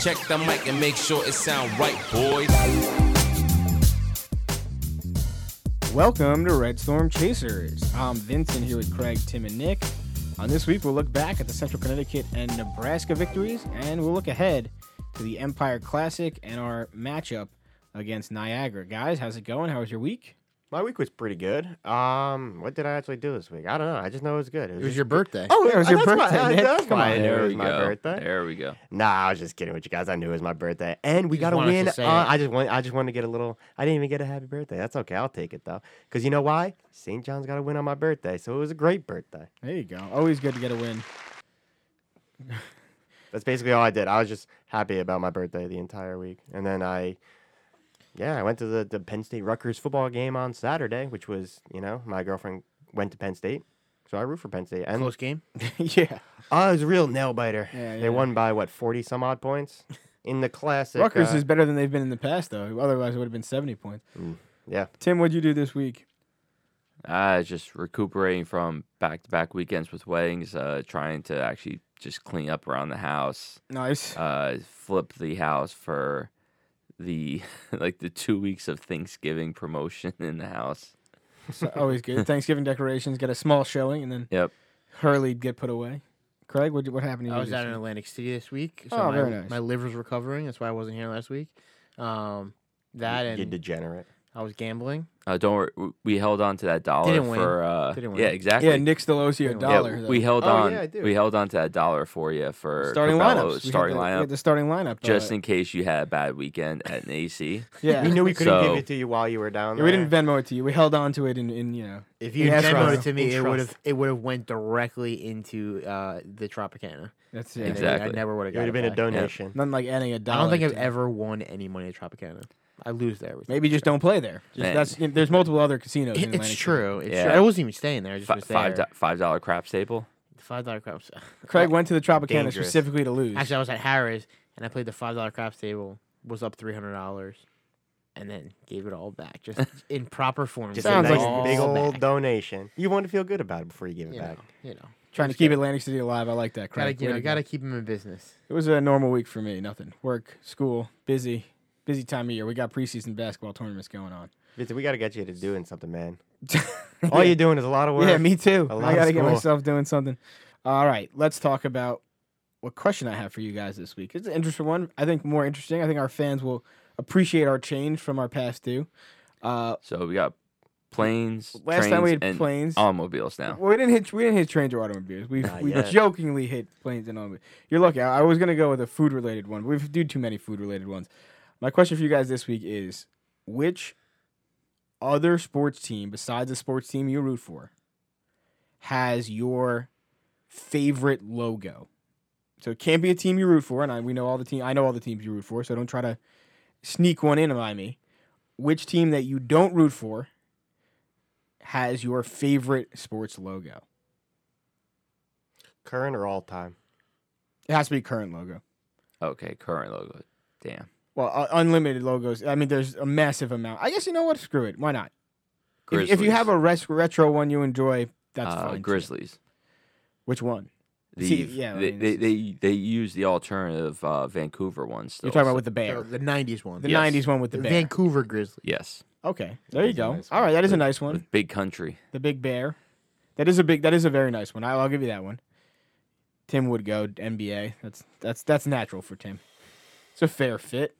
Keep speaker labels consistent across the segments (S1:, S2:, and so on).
S1: Check the mic and make sure it sound right, boys.
S2: Welcome to Red Storm Chasers. I'm Vincent here with Craig, Tim, and Nick. On this week, we'll look back at the Central Connecticut and Nebraska victories, and we'll look ahead to the Empire Classic and our matchup against Niagara. Guys, how's it going? How was your week?
S3: My week was pretty good. Um, what did I actually do this week? I don't know. I just know it was good.
S4: It was
S3: just
S4: your
S3: good.
S4: birthday.
S3: Oh,
S2: Yeah, it was your
S3: that's my-
S2: birthday, Nick.
S3: that's
S2: Come
S3: why I
S2: on.
S3: knew
S2: There
S3: it
S5: we
S3: was my
S5: go.
S3: birthday.
S5: There we go.
S3: Nah, I was just kidding with you guys. I knew it was my birthday, and we
S4: Just
S3: got to
S4: wanted to
S3: win.
S4: say
S3: on-
S4: it.
S3: I just want. I just wanted to get a little. I didn't even get a happy birthday. That's okay. I'll take it though, because you know why? St. John's got to win on my birthday, so it was a great birthday.
S2: There you go. Always good to get a win.
S3: That's basically all I did. I was just happy about my birthday the entire week, and then I, yeah, I went to the, the Penn State Rutgers football game on Saturday, which was you know my girlfriend went to Penn State, so I root for Penn State, and
S4: Close game.
S2: yeah.
S3: Oh, it was a real nail biter.
S2: Yeah, yeah.
S3: They won by what forty some odd points in the classic.
S2: Rutgers
S3: uh,
S2: is better than they've been in the past, though. Otherwise, it would have been 70 points.
S3: yeah.
S2: Tim, what'd you do this week?
S5: Uh, just recuperating from back to back weekends with weddings, uh, trying to actually just clean up around the house,
S2: Nice.
S5: uh, flip the house for the like the two weeks of Thanksgiving promotion in the house.
S2: So, always good. Thanksgiving decorations get a small showing, and then
S5: Yep.
S2: Hurley'd get put away. Craig, what, what happened to you?
S4: I was
S2: this
S4: out in
S2: week?
S4: Atlantic City this week, so
S2: Oh,
S4: my,
S2: very nice.
S4: my liver's recovering. That's why I wasn't here last week. Um, that
S3: You
S4: and
S3: degenerate.
S4: I was gambling.
S5: Uh, don't worry, w- we held on to that dollar
S4: Didn't win.
S5: for uh,
S4: Didn't
S5: yeah,
S4: win.
S5: exactly.
S2: Yeah, Nick still owes you a
S4: Yeah,
S5: Yeah,
S2: dollar. though.
S5: we held
S3: Oh, yeah,
S5: on.
S3: I do.
S5: we held on to that dollar for you for
S2: starting
S5: Cabela's
S2: lineups. We had
S5: starting
S2: the, we
S5: lineup,
S2: had the starting lineup.
S5: just
S2: uh,
S5: in case you had a bad weekend at an AC.
S2: yeah.
S3: We knew we couldn't give
S5: So-
S3: it to you while you were down
S2: Yeah,
S3: there.
S2: we didn't Venmo it to you. We held on to it in, in you know.
S4: If
S2: In
S4: you had
S2: trust.
S4: Venmoed it to
S3: In
S4: me, it would
S3: trust.
S4: have it would have went directly into uh, the Tropicana.
S2: That's
S4: And
S2: it.
S4: I-
S5: Exactly.
S4: I never would have.
S3: It would have been a donation.
S2: Nothing like adding a
S4: I
S2: dollar.
S4: don't think I've
S2: to-
S4: ever won any money at Tropicana. I lose there. every time.
S2: Maybe just don't play there. Just,
S5: Man.
S2: that's you know, there's multiple other casinos. in
S4: It-
S2: Atlantic
S4: it's
S2: City.
S4: true. It's
S5: Yeah.
S4: true. I wasn't even staying there. I just
S5: Fi
S4: was there.
S5: five do- five dollar crap staple.
S4: Five dollar craps.
S2: Craig went to the Tropicana
S3: Dangerous.
S2: specifically to lose.
S4: Actually, I was at Harris and I played the five dollar craps table. Was up three hundred dollars, and then gave it all back just in proper form.
S3: Just
S2: Sounds
S3: a
S2: like
S3: nice
S2: a
S3: big
S2: ball
S3: old
S4: back.
S3: donation. You want to feel good about it before you give it
S4: You know,
S3: back.
S4: you know,
S2: trying to keep Atlantic City alive. I like that,
S4: gotta
S2: Craig.
S4: you
S2: Way
S4: know,
S2: to go.
S4: gotta keep him in business.
S2: It was a normal week for me. Nothing. Work, school, busy, busy time of year. We got preseason basketball tournaments going on.
S3: Vincent, we got to get you to doing something, man. All you're doing is a lot of work.
S2: Yeah, me too.
S3: A
S2: I
S3: lot of
S2: gotta get
S3: school.
S2: myself doing something. All right, let's talk about what question I have for you guys this week. It's an interesting one. I think more interesting. I think our fans will appreciate our change from our past due. Uh,
S5: So we got planes.
S2: last time we
S5: trains,
S2: had
S5: and
S2: planes.
S5: automobiles now.
S2: Well, we didn't hit we didn't hit trains or automobiles. We
S3: Not
S2: we
S3: yet.
S2: jokingly hit planes and automobiles. You're lucky. I, I was gonna go with a food related one. but We've do too many food related ones. My question for you guys this week is: Which other sports team besides the sports team you root for has your favorite logo? So it can't be a team you root for, and I, we know all the team. I know all the teams you root for, so don't try to sneak one in by me. Which team that you don't root for has your favorite sports logo?
S3: Current or all time?
S2: It has to be current logo.
S5: Okay, current logo. Damn.
S2: Well, uh, unlimited logos. I mean, there's a massive amount. I guess you know what? Screw it. Why not? If, if you
S5: Grizzlies.
S2: have a res- retro one you enjoy, that's
S5: uh,
S2: fine. too.
S5: Grizzlies.
S2: Which one?
S5: The,
S2: See, yeah, I
S5: they,
S2: mean,
S5: they,
S2: this
S5: they they use the alternative uh, Vancouver one still.
S2: You're talking
S5: so-
S2: about with the bear.
S4: So the nineties one,
S2: The
S5: Yes.
S2: '90s one with the,
S4: the
S2: bear.
S4: Vancouver Grizzlies.
S5: yes
S2: okay, there
S3: That
S2: you
S3: is a
S2: go.
S3: nice
S2: All right, that is a
S5: With-
S2: nice one.
S5: with big country.
S2: The big bear. That is a big. That is a very nice one. I, I'll give you that one. Tim would go NBA. That's that's that's natural for Tim. It's a fair fit.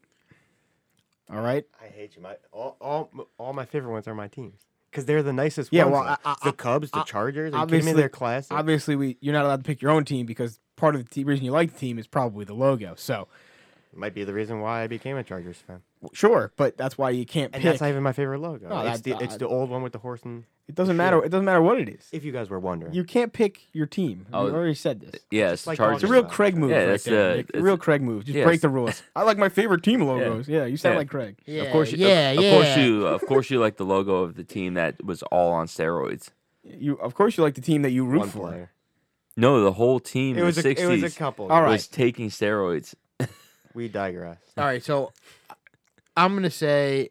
S2: All right.
S3: I hate you. My all, all, all my favorite ones are my teams because they're the nicest
S2: Yeah,
S3: ones.
S2: well,
S3: though.
S2: I- I-
S3: the Cubs, the Chargers. Are you kidding me?
S2: obviously-
S3: They're classic.
S2: obviously we you're not allowed to pick your own team because part of the te- reason you like the team is probably the logo. So
S3: Might be the reason why I became a Chargers fan.
S2: sure, but that's why you can't
S3: And
S2: pick.
S3: that's not even my favorite logo.
S2: No,
S3: it's,
S2: that-
S3: the, it's
S2: I-
S3: the old one with the horse and.
S2: it doesn't matter. It doesn't matter what it is.
S3: If you guys were wondering,
S2: You can't pick your team.
S5: Oh,
S2: we already said this.
S5: Yes,
S3: like
S5: Chargers.
S2: It's a
S3: just
S2: real
S3: not.
S2: Craig move,
S5: Yeah,
S2: right
S5: that's,
S2: there.
S5: uh,
S2: Nick.
S5: it's-
S2: real Craig move. Just
S5: yeah,
S2: break
S5: it's-
S2: the rules. I like my favorite team logos. Yeah, you sound
S5: Yeah.
S2: like Craig.
S4: Yeah,
S5: of course, you, of-
S4: yeah,
S5: of,
S4: yeah.
S5: course you, of course you like the logo of the team that was all on steroids.
S2: You of course you like the team that you root
S3: one
S2: for.
S3: player.
S5: No, the whole team
S3: It was
S5: in
S3: a,
S5: the
S3: it was a
S5: sixties
S3: couple.
S2: All right.
S5: was taking steroids.
S3: We digress.
S4: All right, so I'm gonna say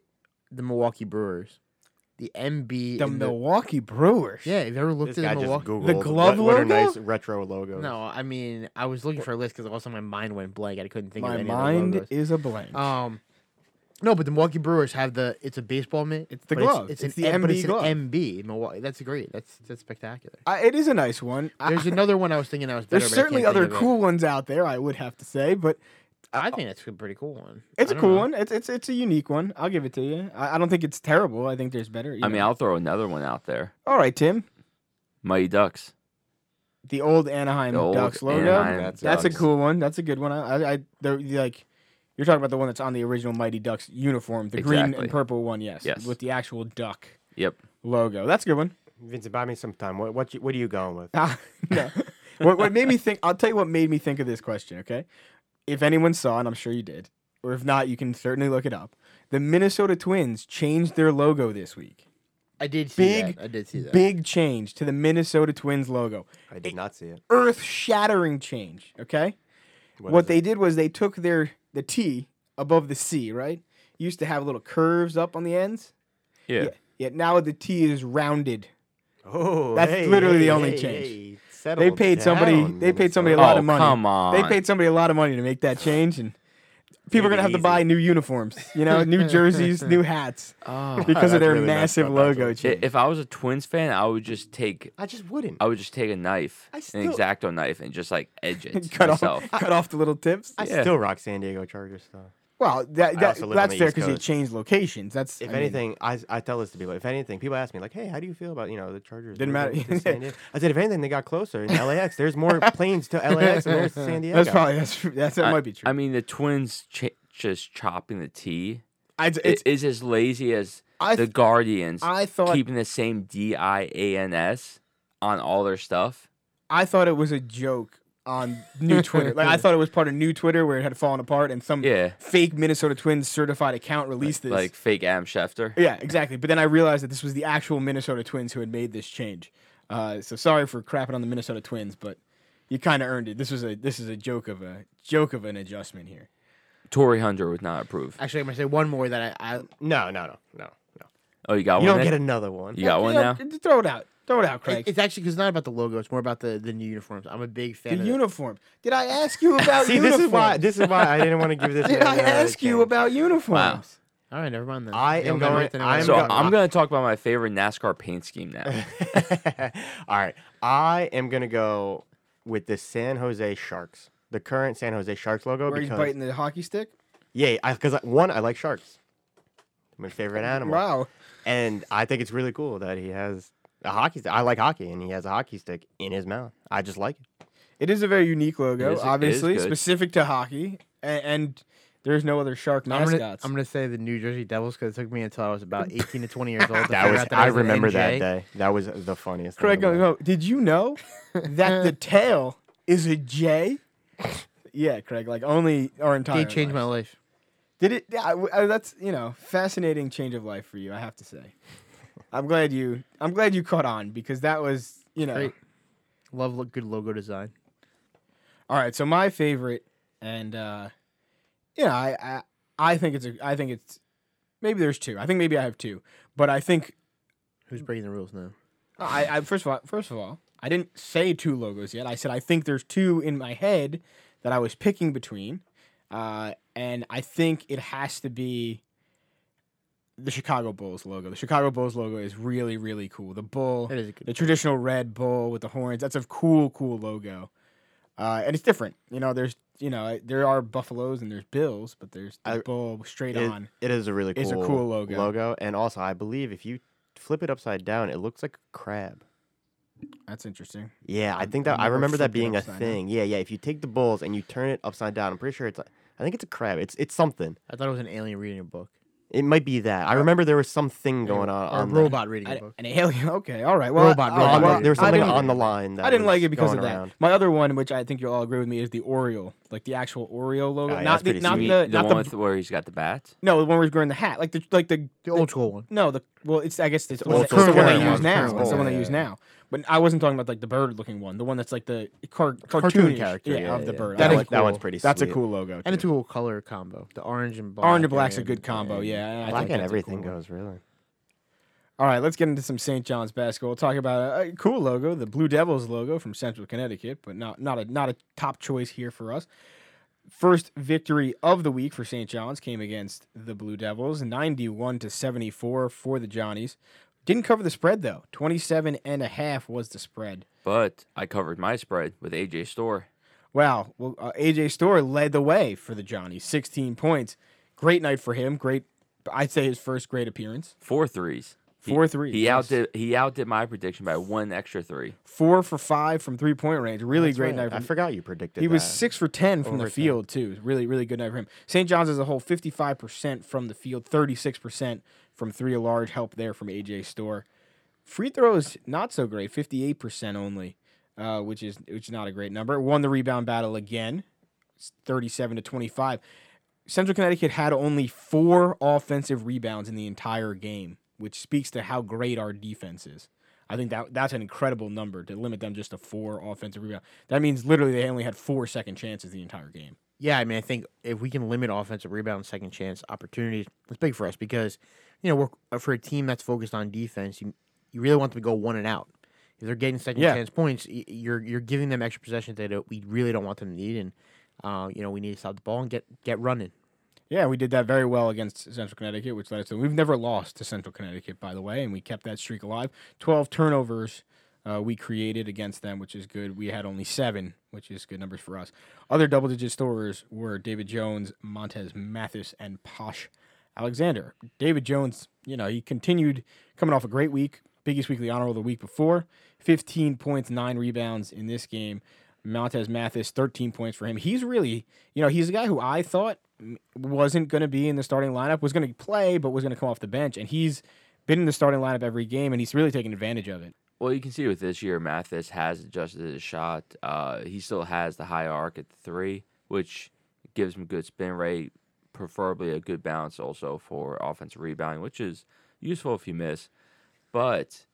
S4: the Milwaukee Brewers. the MB.
S2: The
S4: and
S2: Milwaukee Brewers.
S4: yeah, have you ever looked
S3: This guy
S4: at the
S3: just
S4: Milwaukee?
S3: googled
S2: The
S3: what-
S2: glove
S3: what,
S2: logo?
S3: are nice retro logos.
S4: No, I mean I was looking for a list because also my mind went blank. I couldn't think of
S2: My
S4: any
S2: mind
S4: of the
S2: is a blank.
S4: logos. Um, no, but the Milwaukee Brewers have the. It's a baseball mitt.
S2: It's the
S4: but
S2: glove.
S4: It's,
S2: It's
S4: an
S2: the
S4: M- but
S2: MB
S4: it's
S2: glove.
S4: an MB. Milwaukee. That's great. That's that's spectacular.
S2: I, it is a nice one. I-
S4: There's another one I was thinking that was better.
S2: there's
S4: but I
S2: certainly
S4: can't think
S2: other
S4: of it.
S2: cool ones out there. I would have to say, but
S4: I think that's a pretty cool one.
S2: it's a
S4: I don't
S2: cool
S4: know.
S2: one. It's it's it's a unique one. I'll give it to you. I, I don't think it's terrible. I think there's better. you
S5: I mean,
S2: know.
S5: I'll throw another one out there.
S2: all right, Tim.
S5: Mighty Ducks.
S2: The old Anaheim
S5: The old
S2: Ducks logo.
S5: Anaheim
S3: That's-
S2: That's a
S5: Ducks.
S2: cool one. That's a good one. I, I, I the, the, like you're talking about the one that's on the original Mighty Ducks uniform, the green
S5: Exactly.
S2: and purple one. Yes,
S5: Yes.
S2: with the actual duck
S5: Yep.
S2: logo. That's a good one.
S3: Vincent, buy me some time. What what you, what are you going with?
S2: Ah, no. what, what made me think? I'll tell you what made me think of this question. Okay, if anyone saw, and I'm sure you did, or if not, you can certainly look it up. The Minnesota Twins changed their logo this week.
S4: I did see
S2: Big-
S4: that. I did see that.
S2: Big change to the Minnesota Twins logo.
S3: I did not see it.
S2: Earth shattering change. Okay. What,
S3: is it?
S2: they did was they took their the T above the C, right? Used to have little curves up on the ends.
S5: Yeah.
S2: Yet now the T is rounded.
S3: Oh,
S2: That's
S3: hey,
S2: literally the
S3: hey,
S2: only
S3: hey,
S2: change.
S3: hey,
S2: They
S3: settle
S2: paid somebody.
S3: down,
S2: They paid somebody a
S5: Oh,
S2: lot of money.
S5: come on.
S2: They paid somebody a lot of money to make that change, and people are
S3: Take
S2: gonna
S3: it
S2: have to
S3: easy.
S2: buy new uniforms. You know, new jerseys, new hats
S5: Oh.
S2: because of
S3: That's
S2: their
S3: really messed
S2: massive
S3: up, actually.
S2: logo
S5: I-
S2: change.
S5: If I was a Twins fan, I would just take
S3: I just wouldn't.
S5: I would just take a knife,
S3: I
S5: an
S3: still-
S5: exacto knife, and just like edge it
S2: cut
S5: myself.
S2: off, cut off the little tips.
S3: I
S5: Yeah.
S3: still rock San Diego Chargers though.
S2: Well, that,
S3: I
S2: that
S3: also live on
S2: that's
S3: the
S2: fair
S3: East
S2: because you
S3: Coast.
S2: changed locations. That's
S3: If
S2: I mean,
S3: anything, I, I tell this to people. If anything, people ask me like, "Hey, how do you feel about you know the Chargers?"
S2: Didn't
S3: moving
S2: matter.
S3: to San Diego?" I said, "If anything, they got closer in LAX. There's more planes to LAX than there's to San Diego."
S2: that's probably that's that's that
S5: I-
S2: might be true.
S5: I mean, the Twins ch- just chopping the T
S2: I, it's,
S5: i- is as lazy as
S2: I
S5: the
S2: th-
S5: Guardians
S2: I thought
S5: keeping the same D I A N S on all their stuff.
S2: I thought it was a joke on new Twitter. like I thought it was part of new Twitter where it had fallen apart and some
S5: Yeah.
S2: fake Minnesota Twins certified account released this.
S5: Like fake Am Schefter.
S2: Yeah, exactly. But then I realized that this was the actual Minnesota Twins who had made this change. Uh, so sorry for crapping on the Minnesota Twins, but you kind of earned it. This was a this is a joke of a joke of an adjustment here.
S5: Tory Hunter would not approve.
S4: Actually, I'm gonna say one more that I, I
S3: no, no, no, no, no.
S5: Oh, you got
S3: You
S5: one.
S3: don't
S5: there?
S3: get another one.
S5: You got one
S2: Yeah,
S5: now.
S2: th- Throw it out. Throw it out,
S4: It-
S2: Craig.
S4: It's actually because it's not about the logo. It's more about the, the new uniforms. I'm a big
S2: the
S4: fan. of
S2: uniform. Did I ask you about
S3: See,
S2: uniforms?
S3: this is why this is why I didn't want to give this.
S2: Did
S3: man
S2: I
S3: another
S2: ask you
S3: chance.
S2: about uniforms?
S4: All right, never mind then.
S3: I
S4: They
S3: am
S4: don't got
S3: going-
S4: nothing
S3: I
S4: else.
S3: am
S5: So
S3: got-
S5: I'm gonna talk about my favorite NASCAR paint scheme now.
S3: All right. I am gonna go with the San Jose Sharks, the current San Jose Sharks logo.
S2: Where he's
S3: because
S2: biting the hockey stick?
S3: yeah, because one, I like sharks. My favorite animal.
S2: Wow.
S3: And I think it's really cool that he has a hockey stick. I like hockey, and he has a hockey stick in his mouth. I just like it.
S2: It is a very unique logo,
S5: It is- it is
S2: obviously
S5: good.
S2: specific to hockey, and, and there's no other shark
S4: I'm
S2: mascots.
S4: gonna, I'm gonna say the New Jersey Devils because it took me until I was about 18 to 20 years old. To
S3: That
S4: figure
S3: was
S4: out
S3: I
S4: was an
S3: remember that
S4: NJ.
S3: day. That was the funniest. thing
S2: Craig,
S3: in the
S2: goes,
S3: world.
S2: "Oh, did you know
S4: Eh,
S2: that the tail is a J? yeah, Craig. Like only our entire.
S4: They changed my
S2: lives.
S4: life.
S2: Did it? Yeah, I w- I- that's you know fascinating change of life for you. I have to say, I'm glad you. I'm glad you caught on because that was you know.
S4: Great. Love look good logo design.
S2: All right, so my favorite, and uh, you know, I, I I think it's a I think it's maybe there's two. I think maybe I have two, but I think
S4: Who's breaking the rules now?
S2: I, I first of all, first of all, I didn't say two logos yet. I said I think there's two in my head that I was picking between, uh, and I think it has to be the Chicago Bulls logo. The Chicago Bulls logo is really really cool. The bull,
S4: That is a good.
S2: the traditional red bull with the horns. That's a cool cool logo, uh, and it's different. You know, there's you know there are buffaloes and there's bills, but there's the
S3: I-
S2: bull straight
S3: It-
S2: on.
S3: it is a really cool,
S2: It's a cool logo.
S3: Logo, and also I believe if you flip it upside down, it looks like a crab.
S2: That's interesting.
S3: Yeah, I
S2: I've-
S3: think
S2: I've
S3: that I
S2: never
S3: remember that
S2: flipped it
S3: being a
S2: upside down.
S3: thing. Yeah, yeah. If you take the bulls and you turn it upside down, I'm pretty sure it's like I think it's a crab. It's it's something.
S4: I thought it was an alien reading a book.
S3: It might be that.
S2: Uh,
S3: I remember there was something going on.
S4: Or a
S3: on the-
S4: robot reading
S2: I-
S4: a book.
S2: an alien. Okay, all right. Well,
S4: Robot,
S2: I-
S4: robot,
S2: well,
S4: robot.
S3: there was
S2: I
S3: something
S2: didn't-
S3: on the line. That
S2: I didn't
S3: was
S2: like it because
S3: going
S2: of that.
S3: around.
S2: My other one, which I think you'll all agree with me, is the Oreo, like the actual Oreo logo,
S3: Oh, yeah,
S2: not
S3: that's
S2: the
S3: pretty
S5: You
S2: not
S5: mean
S2: the,
S5: the
S2: not
S5: one
S2: the
S5: with where he's got the bat.
S2: no the one where he's wearing the hat, like the like the,
S4: The old school one.
S2: no the well it's I guess it's,
S3: old
S2: it's the one
S4: school
S2: they
S4: one.
S2: use now,
S4: Current
S2: it's the one
S4: one,
S2: they use now. But I wasn't talking about like the bird looking one, the one that's like the car-
S4: Cartoon
S2: cartoonish,
S4: character,
S2: yeah,
S4: yeah,
S2: of the
S4: yeah.
S2: bird.
S4: That
S2: I
S4: is
S2: like
S3: one- that one's
S4: cool.
S3: pretty.
S2: That's a
S3: sweet.
S2: cool logo.
S4: And it's
S2: too.
S4: a cool color combo. The orange and black.
S2: Orange and black's a
S4: and-
S2: good combo. Yeah, I
S3: Black
S2: think that's
S3: and
S2: a
S3: everything
S2: cool one.
S3: goes really.
S2: All right, let's get into some St. John's basketball. We'll talk about a, a cool logo, the Blue Devils logo from Central Connecticut, but not not a not a top choice here for us. First victory of the week for St. John's came against the Blue Devils, 91 to 74 for the Johnnies. Didn't cover the spread though. 27 and a half was the spread.
S5: But I covered my spread with AJ Store.
S2: Wow. Well, uh, AJ Store led the way for the Johnnies, 16 points. Great night for him. Great I'd say his first great appearance.
S5: Four threes. He-
S2: Four threes,
S5: He
S2: yes.
S5: outdid he outdid my prediction by one extra three.
S2: 4 for 5 from three-point range. Really
S3: That's
S2: great night
S3: right.
S2: for
S3: I forgot you predicted.
S2: He was
S3: that.
S2: six for ten from the
S3: Overtime.
S2: field too. Really, really good night for him. St. John's as a whole, fifty-five percent from the field, thirty-six percent from three. A large help there from AJ Store. Free throws not so great, fifty-eight percent only, uh, which is which is not a great number. Won the rebound battle again, It's thirty-seven to twenty-five. Central Connecticut had only four offensive rebounds in the entire game, which speaks to how great our defense is. I think that that's an incredible number to limit them just to four offensive rebounds. That means literally they only had four second chances the entire game.
S4: Yeah, I mean, I think if we can limit offensive rebounds, second chance opportunities, that's big for us because, you know, we're uh, for a team that's focused on defense, you you really want them to go one and out. If they're getting second
S2: Yeah.
S4: chance points, y- you're you're giving them extra possessions they don't, we really don't want them to need, and uh, you know, we need to stop the ball and get get running.
S2: Yeah, we did that very well against Central Connecticut, which led us to we've never lost to Central Connecticut, by the way, and we kept that streak alive. Twelve turnovers uh, we created against them, which is good. We had only seven, which is good numbers for us. Other double digit scorers were David Jones, Montez Mathis, and Posh Alexander. David Jones, you know, he continued coming off a great week, biggest weekly honor roll the week before. Fifteen points, nine rebounds in this game. Montez Mathis, 13 points for him. He's really, you know, he's a guy who I thought mm, wasn't going to be in the starting lineup, was going to play, but was going to come off the bench. And he's been in the starting lineup every game, and he's really taken advantage of it.
S5: Well, you can see with this year, Mathis has adjusted his shot. Uh, he still has the high arc at the three, which gives him good spin rate, preferably a good balance also for offensive rebounding, which is useful if you miss. But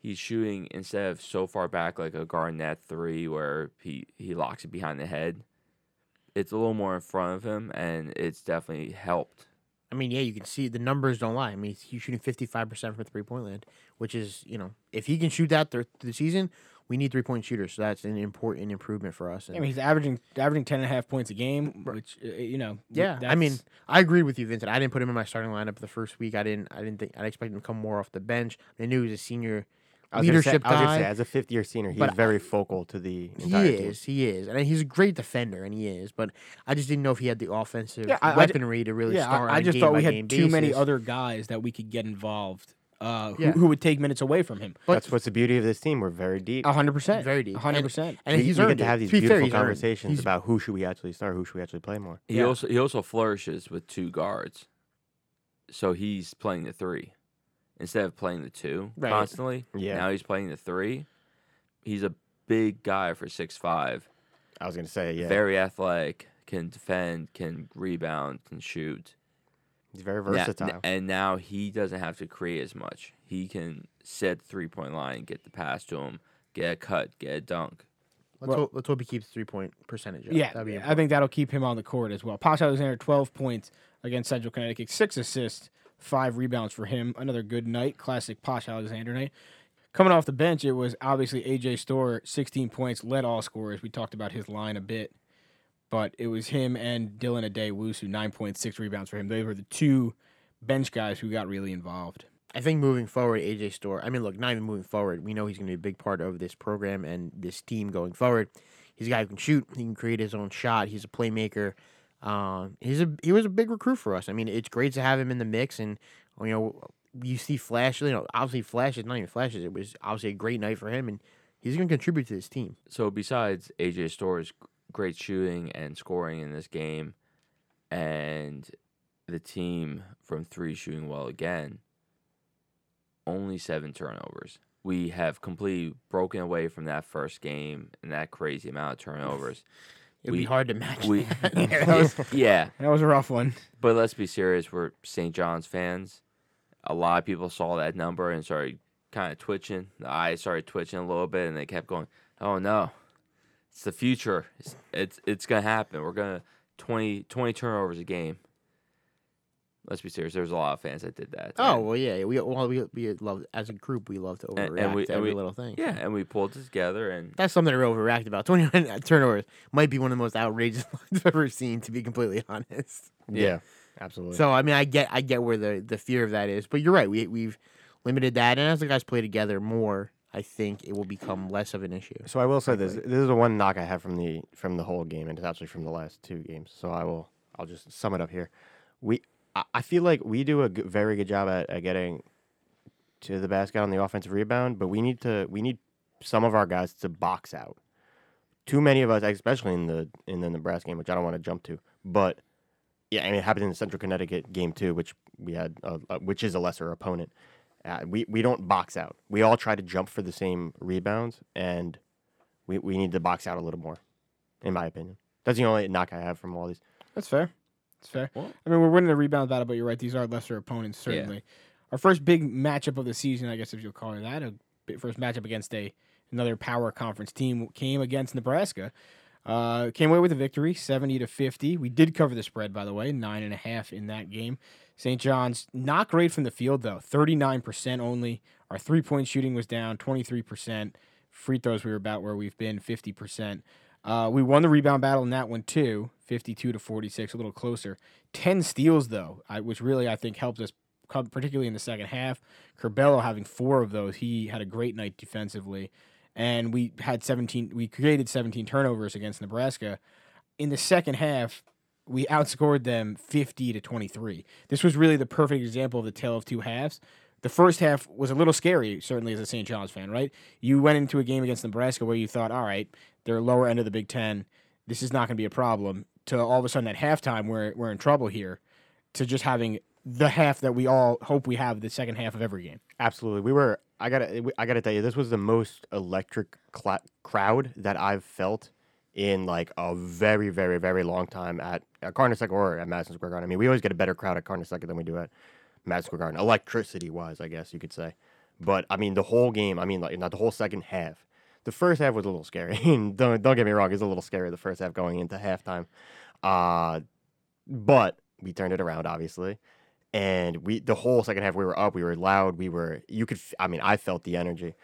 S5: he's shooting instead of so far back like a Garnett three, where he he locks it behind the head. It's a little more in front of him, and it's definitely helped.
S4: I mean, yeah, you can see the numbers don't lie. I mean, he's shooting fifty five percent from three point land, which is you know, if he can shoot that through through the season, we need three point shooters, so that's an important improvement for us.
S2: I
S4: and-
S2: mean, he's averaging averaging 10 and a half points a game, which, uh, you know,
S4: Yeah, I
S2: that's-
S4: mean, I agree with you, Vincent. I didn't put him in my starting lineup the first week. I didn't. I didn't think. I expected him to come more off the bench. I knew he was a senior
S3: I was gonna say-
S4: leadership
S3: I was gonna say,
S4: guy.
S3: as a fifth year senior, he's
S4: but I-
S3: very focal to the
S4: He
S3: entire team.
S4: is. He is, and he's a great defender, and he is. But I just didn't know if he had the offensive
S2: Yeah, I- I ju-
S4: weaponry to really
S2: yeah,
S4: start.
S2: I, I
S4: on a
S2: just thought we
S4: game-by-game
S2: had too many
S4: basis.
S2: other guys that we could get involved uh, who,
S4: Yeah.
S2: who would take minutes away from him.
S4: But-
S3: That's what's the beauty of this team. We're very deep.
S2: 100%.
S4: Very deep.
S2: 100%.
S4: and
S3: We-
S4: he's
S3: we get
S4: earned
S3: to
S4: it.
S3: have these
S4: be fair,
S3: beautiful
S4: he's earned it.
S3: conversations
S4: He's-
S3: about who should we actually start, who should we actually play more.
S5: He
S2: Yeah.
S5: also he also flourishes with two guards, so he's playing the three instead of playing the two
S4: Right.
S5: constantly.
S3: Yeah.
S5: now he's playing the three. He's a big guy for six five.
S3: I was gonna say, yeah,
S5: Very athletic, can defend, can rebound, can shoot.
S3: he's very
S5: Na- na-
S3: versatile.
S5: and now he doesn't have to create as much. He can set the three point line, get the pass to him, get a cut, get a dunk.
S4: Let's,
S2: Well-
S4: hope, let's hope he keeps three point percentage. Up.
S2: Yeah,
S4: That'd be
S2: yeah, I
S4: important.
S2: think that'll keep him on the court as well. Posh Alexander, 12 points against Central Connecticut, six assists, five rebounds for him. Another good night, classic Posh Alexander night. Coming off the bench, it was obviously AJ Store, 16 points, led all scorers. We talked about his line a bit, but it was him and Dylan Aday Wusu, 9.6 rebounds for him. They were the two bench guys who got really involved.
S4: I think moving forward, AJ Store. I mean, look, not even moving forward. We know he's going to be a big part of this program and this team going forward. He's a guy who can shoot. He can create his own shot. He's a playmaker. Um, he's a he was a big recruit for us. I mean, it's great to have him in the mix, and you know, you see flash. You know, obviously flashes, not even flashes. It was obviously a great night for him, and he's going to contribute to this team.
S5: so besides AJ Store's g- great shooting and scoring in this game, and the team from three shooting well again, only seven turnovers. We have completely broken away from that first game and that crazy amount of turnovers.
S4: It'd
S5: We-
S4: be hard to match.
S5: we-
S4: that.
S2: That was-
S5: yeah,
S2: that was a rough one.
S5: but let's be serious. We're St. John's fans. A lot of people saw that number and started kind of twitching. The eyes started twitching a little bit, and they kept going, "Oh no, it's the future. It's it's, it's gonna happen. We're gonna 20, 20 turnovers a game." Let's be serious. There's a lot of fans that did that.
S4: Oh
S5: and-
S4: well, yeah. We well we we love as a group we love to
S5: and
S4: overreact
S5: we-
S4: to
S5: and
S4: every
S5: we-
S4: little thing.
S5: yeah, and we pulled together and
S4: That's something to overreact about. 29 turnovers might be one of the most outrageous lines I've ever seen, to be completely honest.
S5: Yeah.
S3: absolutely.
S4: So I mean, I get I get where the the fear of that is, but you're right. We we've limited that, and as the guys play together more, I think it will become less of an issue.
S3: So I will say this: this is the one knock I have from the from the whole game, and it's actually from the last two games. So I will I'll just sum it up here. We I, I feel like we do a g- very good job at, at getting to the basket on the offensive rebound, but we need to we need some of our guys to box out. Too many of us, especially in the in the Nebraska game, which I don't want to jump to, but yeah, I mean it happened in the Central Connecticut game too, which we had, a, a- which is a lesser opponent. Uh, we we don't box out. We all try to jump for the same rebounds, and we, we need to box out a little more, in my opinion. That's the only knock I have from all these.
S2: That's fair. That's fair. I mean, we're winning the rebound battle, but you're right. These are lesser opponents,
S5: Yeah.
S2: certainly. Our first big matchup of the season, I guess, if you'll call it that, a bi- first matchup against a another power conference team came against Nebraska. Uh, came away with a victory, seventy to fifty. We did cover the spread, by the way, nine and a half in that game. St. John's not great from the field though, thirty nine percent only. Our three point shooting was down twenty three percent. Free throws we were about where we've been, fifty percent. Uh, we won the rebound battle in that one too, 52 to 46, a little closer. 10 steals though, I, which really I think helped us, come, particularly in the second half. Curbelo having four of those, he had a great night defensively, and we had 17. We created 17 turnovers against Nebraska. In the second half, we outscored them 50 to 23. This was really the perfect example of the tale of two halves. The first half was a little scary, certainly as a St. John's fan, right? You went into a game against Nebraska where you thought, all right, they're lower end of the Big Ten. This is not going to be a problem. To all of a sudden at halftime, we're we're in trouble here. To just having the half that we all hope we have the second half of every game.
S3: Absolutely, we were. I gotta. we- I gotta tell you, this was the most electric cla crowd that I've felt in like a very, very, very long time at, at Carnegie or at Madison Square Garden. I mean, we always get a better crowd at Carnegie than we do at Madison Square Garden, electricity wise, I guess you could say. But I mean, the whole game. I mean, like not the whole second half. The first half was a little scary. don't don't get me wrong, it was a little scary the first half going into halftime. Uh, but we turned it around, obviously. And we the whole second half we were up, we were loud, we were you could f- I mean I felt the energy.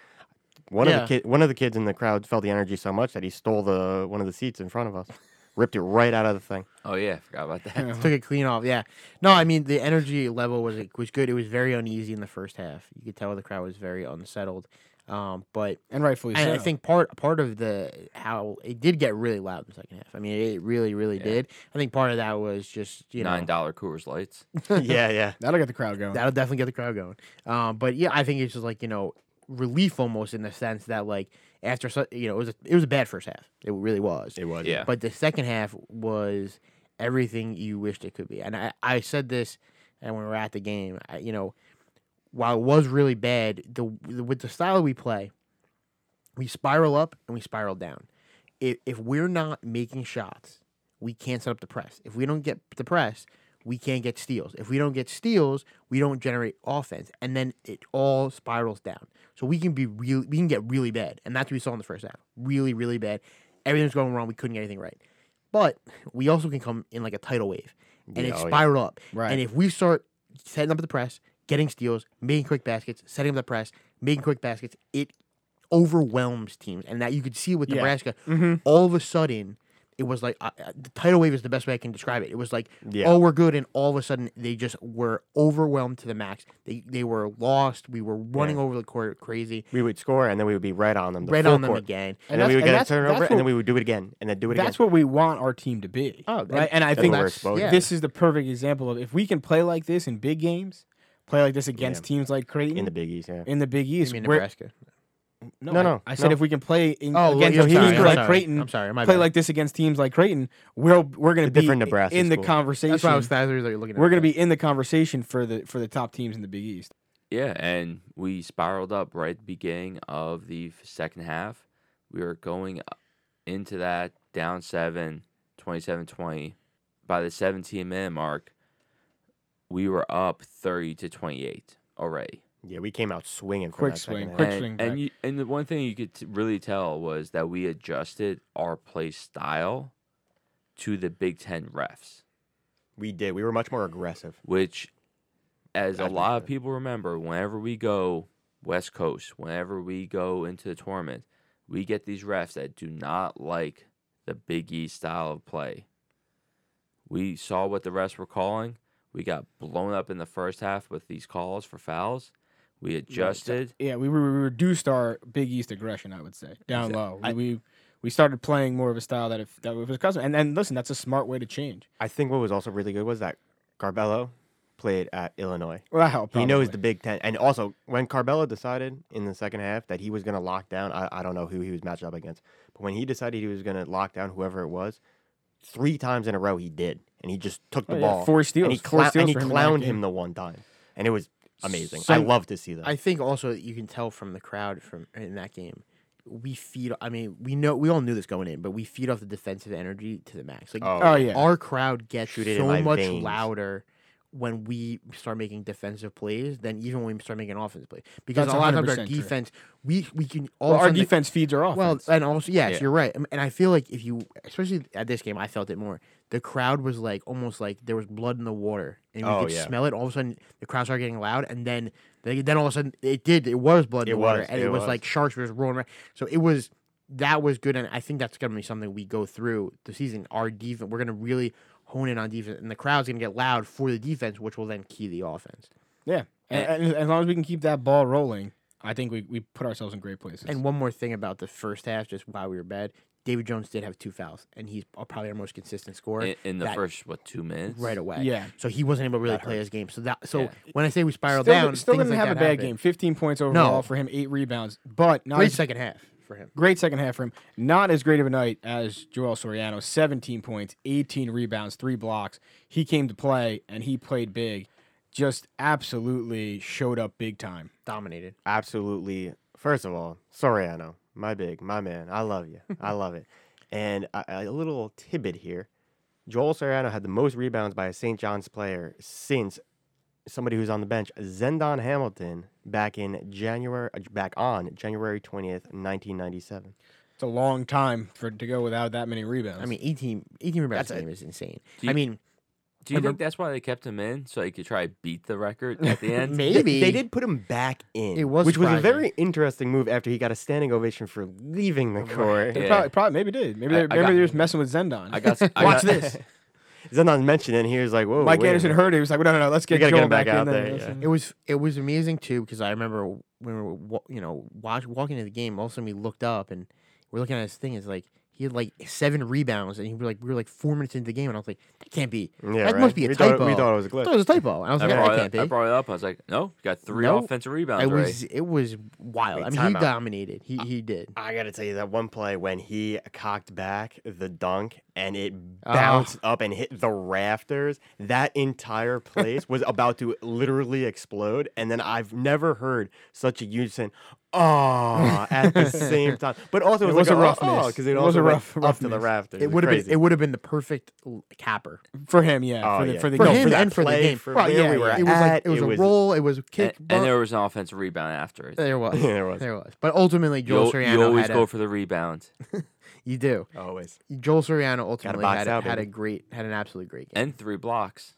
S3: One
S4: Yeah.
S3: of the kid one of the kids in the crowd felt the energy so much that he stole the one of the seats in front of us, ripped it right out of the thing.
S5: oh yeah, I forgot about that.
S4: Took it clean off. Yeah. No, I mean the energy level was was good. It was very uneasy in the first half. You could tell the crowd was very unsettled. Um, but
S2: And rightfully so.
S4: I, I think part part of the how it did get really loud in the second half. I mean, it really, really
S5: Yeah.
S4: did. I think part of that was just you know
S5: Nine dollar Coors Lights.
S3: yeah, yeah.
S2: that'll get the crowd going.
S4: That'll definitely get the crowd going. Um, but yeah, I think it's just like you know relief almost in the sense that like after su- you know it was a, it was a bad first half. It really was.
S3: It was.
S5: Yeah.
S4: But the second half was everything you wished it could be. And I, I said this, and when we were at the game, I, you know, while it was really bad, the with the style we play, we spiral up and we spiral down. If if we're not making shots, we can't set up the press. If we don't get the press, we can't get steals. If we don't get steals, we don't generate offense, and then it all spirals down. So we can be real, we can get really bad, and that's what we saw in the first half. Really, really bad. Everything's going wrong. We couldn't get anything right, but we also can come in like a tidal wave, and
S3: Yeah,
S4: it
S3: oh yeah.
S4: spiraled up.
S2: Right.
S4: And if we start setting up the press, getting steals, making quick baskets, setting up the press, making quick baskets, it overwhelms teams, and that you could see with
S2: Yeah.
S4: Nebraska.
S2: Mhm.
S4: All of a sudden, it was like uh, uh, the tidal wave is the best way I can describe it. It was like,
S3: Yeah.
S4: oh, we're good, and all of a sudden they just were overwhelmed to the max. They they were lost. We were running over the court crazy,
S3: We would score and then we would be right on them. The
S4: right
S3: full
S4: on them
S3: court.
S4: again.
S2: And
S3: And, then
S2: that's-
S3: we would
S2: and
S3: get a
S2: that's-
S3: turnover
S2: that's
S3: and
S2: what-
S3: then we would do it again and then do it
S2: That's
S3: again.
S2: what we want our team to be.
S4: Oh,
S2: right. And I
S3: that's
S2: think
S3: what we're
S2: that's,
S3: exposed
S4: to. Yeah.
S2: this is the perfect example of if we can play like this in big games, play like this against
S3: Yeah.
S2: teams like Creighton
S3: in the Big East, yeah.
S2: Big
S4: I
S2: East.
S4: mean,
S2: where- Oh,
S4: Nebraska.
S2: no,
S3: No,
S2: I-
S3: no,
S2: I, said
S3: no.
S2: if we can play in,
S4: Oh, well,
S2: against
S4: yeah, I'm
S2: teams
S4: sorry, I'm
S2: like
S4: sorry,
S2: Creighton,
S4: I'm sorry, my
S2: play
S4: bad.
S2: like this against teams like Creighton, we're we're going to
S3: A
S2: be
S3: different Nebraska
S2: in the
S3: school.
S2: conversation.
S4: That's why I was that's the reason I was looking. At
S2: we're going to
S4: that.
S2: be in the conversation for the for the top teams in the Big East.
S5: Yeah, and we spiraled up right at the beginning of the f- second half. We were going up into that down 7, 27-20. By the 17 minute mark, we were up 30 to 28 already.
S3: Yeah, we came out swinging. from
S2: Quick
S3: that second
S2: swing,
S3: half.
S2: quick-
S5: and,
S2: swing back.
S5: and you and the one thing you could t- really tell was that we adjusted our play style to the Big 10 refs.
S3: We did. We were much more aggressive.
S5: which, as a
S3: I'd be
S5: lot of
S3: sure.
S5: people remember, whenever we go West Coast, whenever we go into the tournament, we get these refs that do not like the Big E style of play. We saw what the refs were calling. We got blown up in the first half with these calls for fouls. We adjusted.
S2: Yeah, we, re- we reduced our Big East aggression. I would say down
S5: Exact-
S2: low. We,
S3: I-
S2: we we started playing more of a style that if that was custom. And and listen, that's a smart way to change.
S3: I think what was also really good was that Carbello played at Illinois.
S2: Wow,
S3: He knows the Big Ten. And also, when Carbello decided in the second half that he was going to lock down, I, I don't know who he was matched up against, but when he decided he was going to lock down whoever it was, three times in a row he did. And he just took the
S2: Oh, yeah,
S3: ball.
S2: four
S3: And he,
S2: steals, four
S3: clou- and
S2: steals
S3: he
S2: for him in that
S3: clowned
S2: game.
S3: him the one time. And it was amazing. I
S4: So-
S3: love to see that.
S4: I think also you can tell from the crowd from in that game. We feed. I mean, we know we all knew this going in, but we feed off the defensive energy to the max. Like
S2: Oh yeah,
S4: our crowd gets
S3: Shoot it in my
S4: so much
S3: veins.
S4: louder when we start making defensive plays than even when we start making offensive plays. Because
S2: That's
S4: a lot of times our
S2: 100% true.
S4: defense, we we can all
S2: well,
S4: of a
S2: our
S4: sudden the-
S2: defense feeds our offense.
S4: Well, and also yes,
S3: Yeah.
S4: you're right. Um, And I feel like if you, especially at this game, I felt it more. The crowd was like almost like there was blood in the water, and you
S3: Oh,
S4: could
S3: yeah.
S4: smell it. All of a sudden, the crowd started getting loud, and then they, then all of a sudden it did. It was blood in
S3: It
S4: the water,
S3: was,
S4: and
S3: it
S4: it, was,
S3: was.
S4: like sharks were just rolling around. So it was that was good, and I think that's gonna be something we go through the season. Our defense, we're gonna really hone in on defense, and the crowd's gonna get loud for the defense, which will then key the offense.
S2: yeah, and, and as long as we can keep that ball rolling, I think we, we put ourselves in great places.
S4: And one more thing about the first half, just why we were bad. David Jones did have two fouls, and he's probably our most consistent scorer
S5: In, in the
S4: that-
S5: first what two minutes?
S4: right away.
S2: Yeah.
S4: So he wasn't able to really play his game. So that so
S5: Yeah.
S4: when I say we
S2: still,
S4: spiraled
S2: di-
S4: down,
S2: still
S4: things
S2: didn't
S4: like
S2: have a
S4: that
S2: bad
S4: happened.
S2: game. Fifteen points overall
S4: No.
S2: for him, eight rebounds, but not
S4: Great
S2: as-
S4: second half for him.
S2: great second half for him. Not as great of a night as Joel Soriano. 17 points, 18 rebounds, three blocks. He came to play and he played big. Just absolutely showed up big time.
S4: Dominated.
S3: absolutely. First of all, Soriano, my big, my man, I love you, I love it. And a, a little tidbit here: Joel Soriano had the most rebounds by a St. John's player since somebody who's on the bench, Zendon Hamilton, back in January, uh, back on January twentieth, nineteen ninety-seven.
S2: It's a long time for to go without that many rebounds.
S4: I mean, 18, 18 rebounds
S3: That's
S4: a game is insane.
S5: Do you-
S4: I mean,
S5: Do you
S4: Remember-
S5: think that's why they kept him in so he could try to beat the record at the end?
S3: They-
S4: maybe
S3: they did put him back in.
S4: It was
S3: which was a
S4: surprising.
S3: very interesting move after he got a standing ovation for leaving the court.
S2: They
S5: Yeah.
S2: probably, probably maybe did. Maybe
S5: I-
S2: they,
S5: I
S2: maybe
S5: got-
S2: they were just messing with Zendon.
S5: I got. s- I
S2: Watch
S5: got-
S2: this.
S3: Zendon mentioned it, and he was like, "Whoa!"
S2: Mike
S3: wait a
S2: Anderson
S3: minute.
S2: heard it. He was like, "Well, no, no, no, let's get
S3: gotta get
S2: Joel
S3: him
S2: back,
S3: back
S2: in
S3: out
S2: there."
S3: there,
S2: That's
S3: yeah.
S2: it.
S4: It was it was amazing too because I remember when we were wa- you know watch, walking to the game. All of a sudden we looked up and we're looking at his thing. It's like he had like seven rebounds and he was like we were like four minutes into the game and I was like that can't be.
S3: Yeah,
S4: that
S3: right?
S4: must be a
S3: we
S4: typo.
S3: Thought, we thought it was a
S4: I
S3: glitch.
S4: thought it was a typo. And I was
S5: I
S4: like
S5: brought,
S4: that
S5: it up,
S4: can't be.
S5: I brought it up. I was like, "No, you got three
S4: No.
S5: offensive rebounds."
S4: It
S5: right?
S4: was it was wild.
S3: Wait,
S4: I mean, he
S3: timeout. Ah,
S4: dominated. He he did.
S3: I gotta tell you that one play when he cocked back the dunk and it
S2: Ah.
S3: bounced up and hit the rafters. That entire place was about to literally explode, and then I've never heard such a unison "ah" at the same time. But also it
S2: It was
S3: was, like
S2: a roughness.
S3: because
S2: It
S3: it,
S2: was
S3: also
S2: a
S3: went
S2: rough-
S3: up to the
S2: roughness.
S3: rafters.
S4: It would have been it would have been the perfect l- capper
S2: for him, yeah.
S3: Oh,
S2: for the,
S3: yeah.
S2: For the
S4: for
S3: no,
S2: game.
S4: him
S3: for that
S4: and for
S3: play,
S4: the game.
S3: for
S4: Right,
S3: where
S4: yeah,
S3: we were
S4: it was like
S3: at,
S4: it was
S3: it
S4: a
S3: was-
S4: roll. It was a
S5: and,
S4: kick.
S5: and
S4: bu-
S5: there was an offensive rebound after it.
S2: Uh,
S4: there was
S3: Yeah, there was.
S4: there was. But ultimately,
S5: You,
S4: Joel
S5: al-
S4: Soriano
S5: you always
S4: had
S5: go
S4: a,
S5: for the rebound
S4: you do.
S3: always.
S4: Joel Soriano ultimately
S3: box
S4: had, a-
S3: out,
S4: had a
S3: baby.
S4: great had an absolutely great game
S5: and three blocks.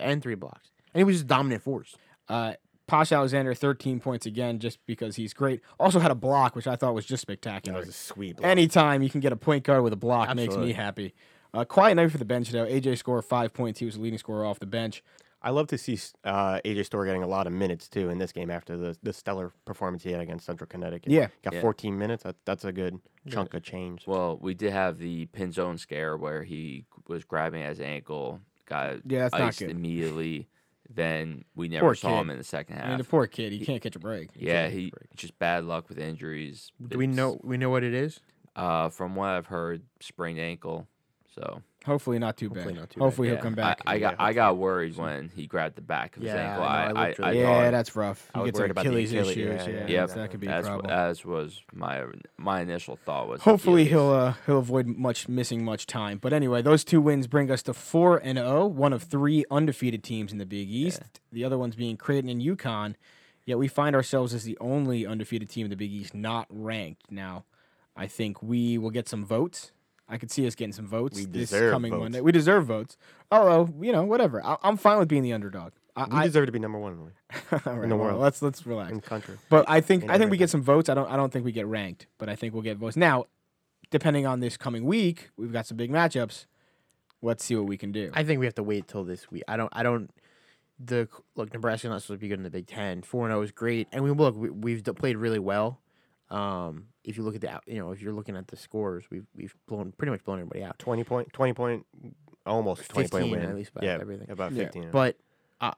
S4: and, three blocks and he was just dominant force.
S2: Uh, Posh Alexander, 13 points again, just because he's great. Also had a block, which I thought was just
S3: That
S2: spectacular.
S3: was a sweet. block.
S2: Anytime you can get a point guard with a block makes me
S4: Absolutely.
S2: happy. Uh, quiet night for the bench though. AJ scored five points. He was the leading scorer off the bench.
S3: I love to see s- uh, AJ Store getting a lot of minutes too in this game after the, the stellar performance he had against Central Connecticut.
S2: Yeah.
S3: got
S5: Yeah.
S3: 14 minutes. That, that's a good chunk of change.
S5: Well, we did have the pin zone scare where he was grabbing at his ankle, got
S2: Yeah, that's not
S5: iced
S2: good.
S5: immediately. Then we never
S2: Poor
S5: saw him
S2: kid.
S5: in the second
S2: I mean, the
S5: half.
S2: poor kid, he can't catch a break. He
S5: yeah,
S2: can't catch a
S5: he
S2: break.
S5: just bad luck with injuries.
S4: Do we
S5: It's,
S4: know we know what it is?
S5: Uh, from what I've heard, sprained ankle. So
S2: Hopefully not too
S4: Hopefully
S2: bad.
S4: not too bad.
S2: Hopefully
S5: yeah,
S2: he'll come back.
S5: I, I got
S3: Yeah,
S5: I got worried when he grabbed the back of his
S4: Yeah,
S5: ankle.
S4: I
S5: I,
S4: know, I
S5: I,
S4: looked
S5: I,
S4: really
S5: thought-
S2: yeah, that's rough. He
S3: I was
S2: gets some
S3: worried about the
S2: Achilles
S3: Achilles,
S2: issues.
S3: yeah,
S2: Yeah,
S3: yeah,
S5: yeah.
S2: that could be a
S5: That's
S2: problem.
S5: what, as was my my initial thought was.
S2: Hopefully
S5: Achilles.
S2: he'll uh, he'll avoid much missing much time. But anyway, those two wins bring us to four and zero, one of three undefeated teams in the Big East. The other ones being Creighton and UConn. Yet we find ourselves as the only undefeated team in the Big East not ranked. Now, I think we will get some votes. I could see us getting some votes
S3: We
S2: this
S3: deserve
S2: coming
S3: votes.
S2: Monday. We deserve votes. Although, you know, whatever. I, I'm fine with being the underdog. I,
S3: We
S2: I,
S3: deserve to be number one in the league,
S2: all right,
S3: the
S2: well,
S3: world.
S2: Let's let's relax.
S3: in the country.
S2: But I think
S3: in
S2: I think we
S3: everything.
S2: get some votes. I don't I don't think we get ranked, but I think we'll get votes. Now, depending on this coming week, we've got some big matchups. Let's see what we can do.
S4: I think we have to wait till this week. I don't. I don't. The look, Nebraska's not supposed to be good in the Big Ten. Four zero is great, and we look. We, we've d- played really well. Um, if you look at the, out- you know, if you're looking at the scores, we've we've blown pretty much blown everybody out.
S3: Twenty point, twenty point, almost twenty point
S4: 15
S3: win.
S4: at least about
S3: yeah,
S4: everything.
S3: about
S2: Yeah.
S3: fifteen.
S4: But uh,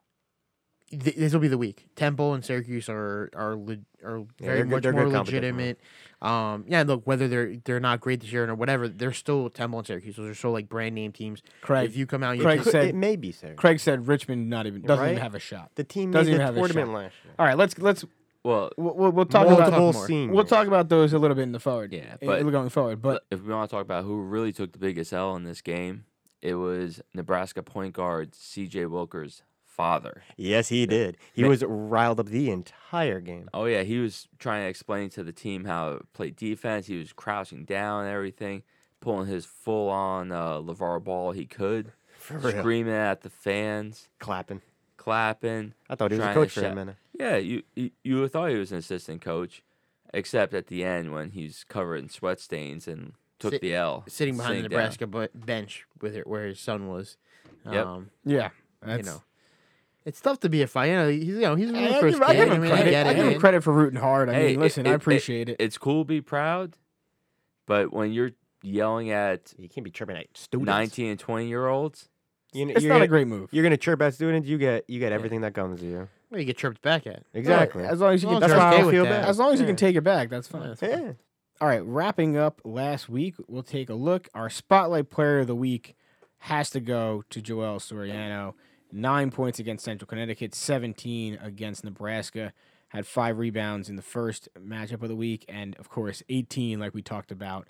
S4: th- this will be the week. Temple and Syracuse are are le- are
S3: they're
S4: very
S3: good-
S4: much
S3: they're
S4: more
S3: good competition, yeah.
S4: legitimate. Um, yeah, look, whether they're they're not great this year or whatever, they're still Temple and Syracuse. Those are still like brand name teams.
S2: Craig
S4: If you come out, and you
S2: Craig
S4: take-
S3: Could-
S2: said-
S3: it may be Sarah.
S2: Craig said Richmond not even doesn't
S3: right?
S2: even have a shot.
S3: The team made
S2: Doesn't
S3: the
S2: even have a
S3: tournament
S2: shot.
S3: last year.
S2: All right, let's let's
S5: Well,
S2: we'll, we'll- we'll talk
S4: Multiple
S2: about
S4: more.
S3: seniors.
S2: we'll talk about those a little bit in the forward.
S5: Yeah,
S2: in-
S5: but-
S2: going forward, but
S5: if we want to talk about who really took the biggest L in this game, it was Nebraska point guard C.J. Wilker's father.
S3: Yes, he did. He
S5: Ma-
S3: was riled up the entire game.
S5: Oh yeah, he was trying to explain to the team how to play defense. He was crouching down and everything, pulling his full-on uh, LeVar Ball he could,
S3: For real.
S5: screaming at the fans,
S3: Clapping.
S5: clapping.
S3: I thought he was a
S5: trying
S3: coach
S5: to
S3: for a
S5: shout-
S3: minute.
S5: Yeah, you, you you would thought he was an assistant coach, except at the end when he's covered in sweat stains and took
S4: Sit-
S5: the L,
S4: sitting behind the
S5: sank down.
S4: Nebraska bu- bench with it, where his son was.
S5: Yep.
S4: Um,
S2: yeah, that's-
S4: you know, it's tough to be a fan. You know, he's you know he's a
S2: I,
S4: real
S2: give,
S4: first
S2: I give
S4: kid. I
S2: him
S4: mean, I
S2: credit.
S4: get
S2: I
S4: it.
S2: give him
S4: man.
S2: credit for rooting hard. I
S5: Hey,
S2: mean,
S5: it-
S2: listen,
S5: it-
S2: I
S5: it-
S2: appreciate it.
S5: It's cool to be proud, but when you're yelling at
S3: You can't be chirping at students.
S5: 19 and 20 year olds,
S3: You know,
S2: It's
S3: you're
S2: not
S3: gonna,
S2: a great move.
S3: You're gonna chirp at students. You get you get everything that comes to you.
S4: Well, you get chirped back at.
S3: Exactly.
S2: As long as you
S4: As
S2: can,
S4: long as
S2: that's
S4: you're
S2: why
S4: okay
S2: I
S4: with
S2: feel
S4: that.
S2: bad. As long as you
S3: Yeah.
S2: can take it back, that's fine.
S4: that's
S3: yeah.
S2: All right, wrapping up last week, we'll take a look. Our spotlight player of the week has to go to Joel Soriano. Nine points against Central Connecticut, 17 against Nebraska. Had five rebounds in the first matchup of the week, and of course, 18, like we talked about.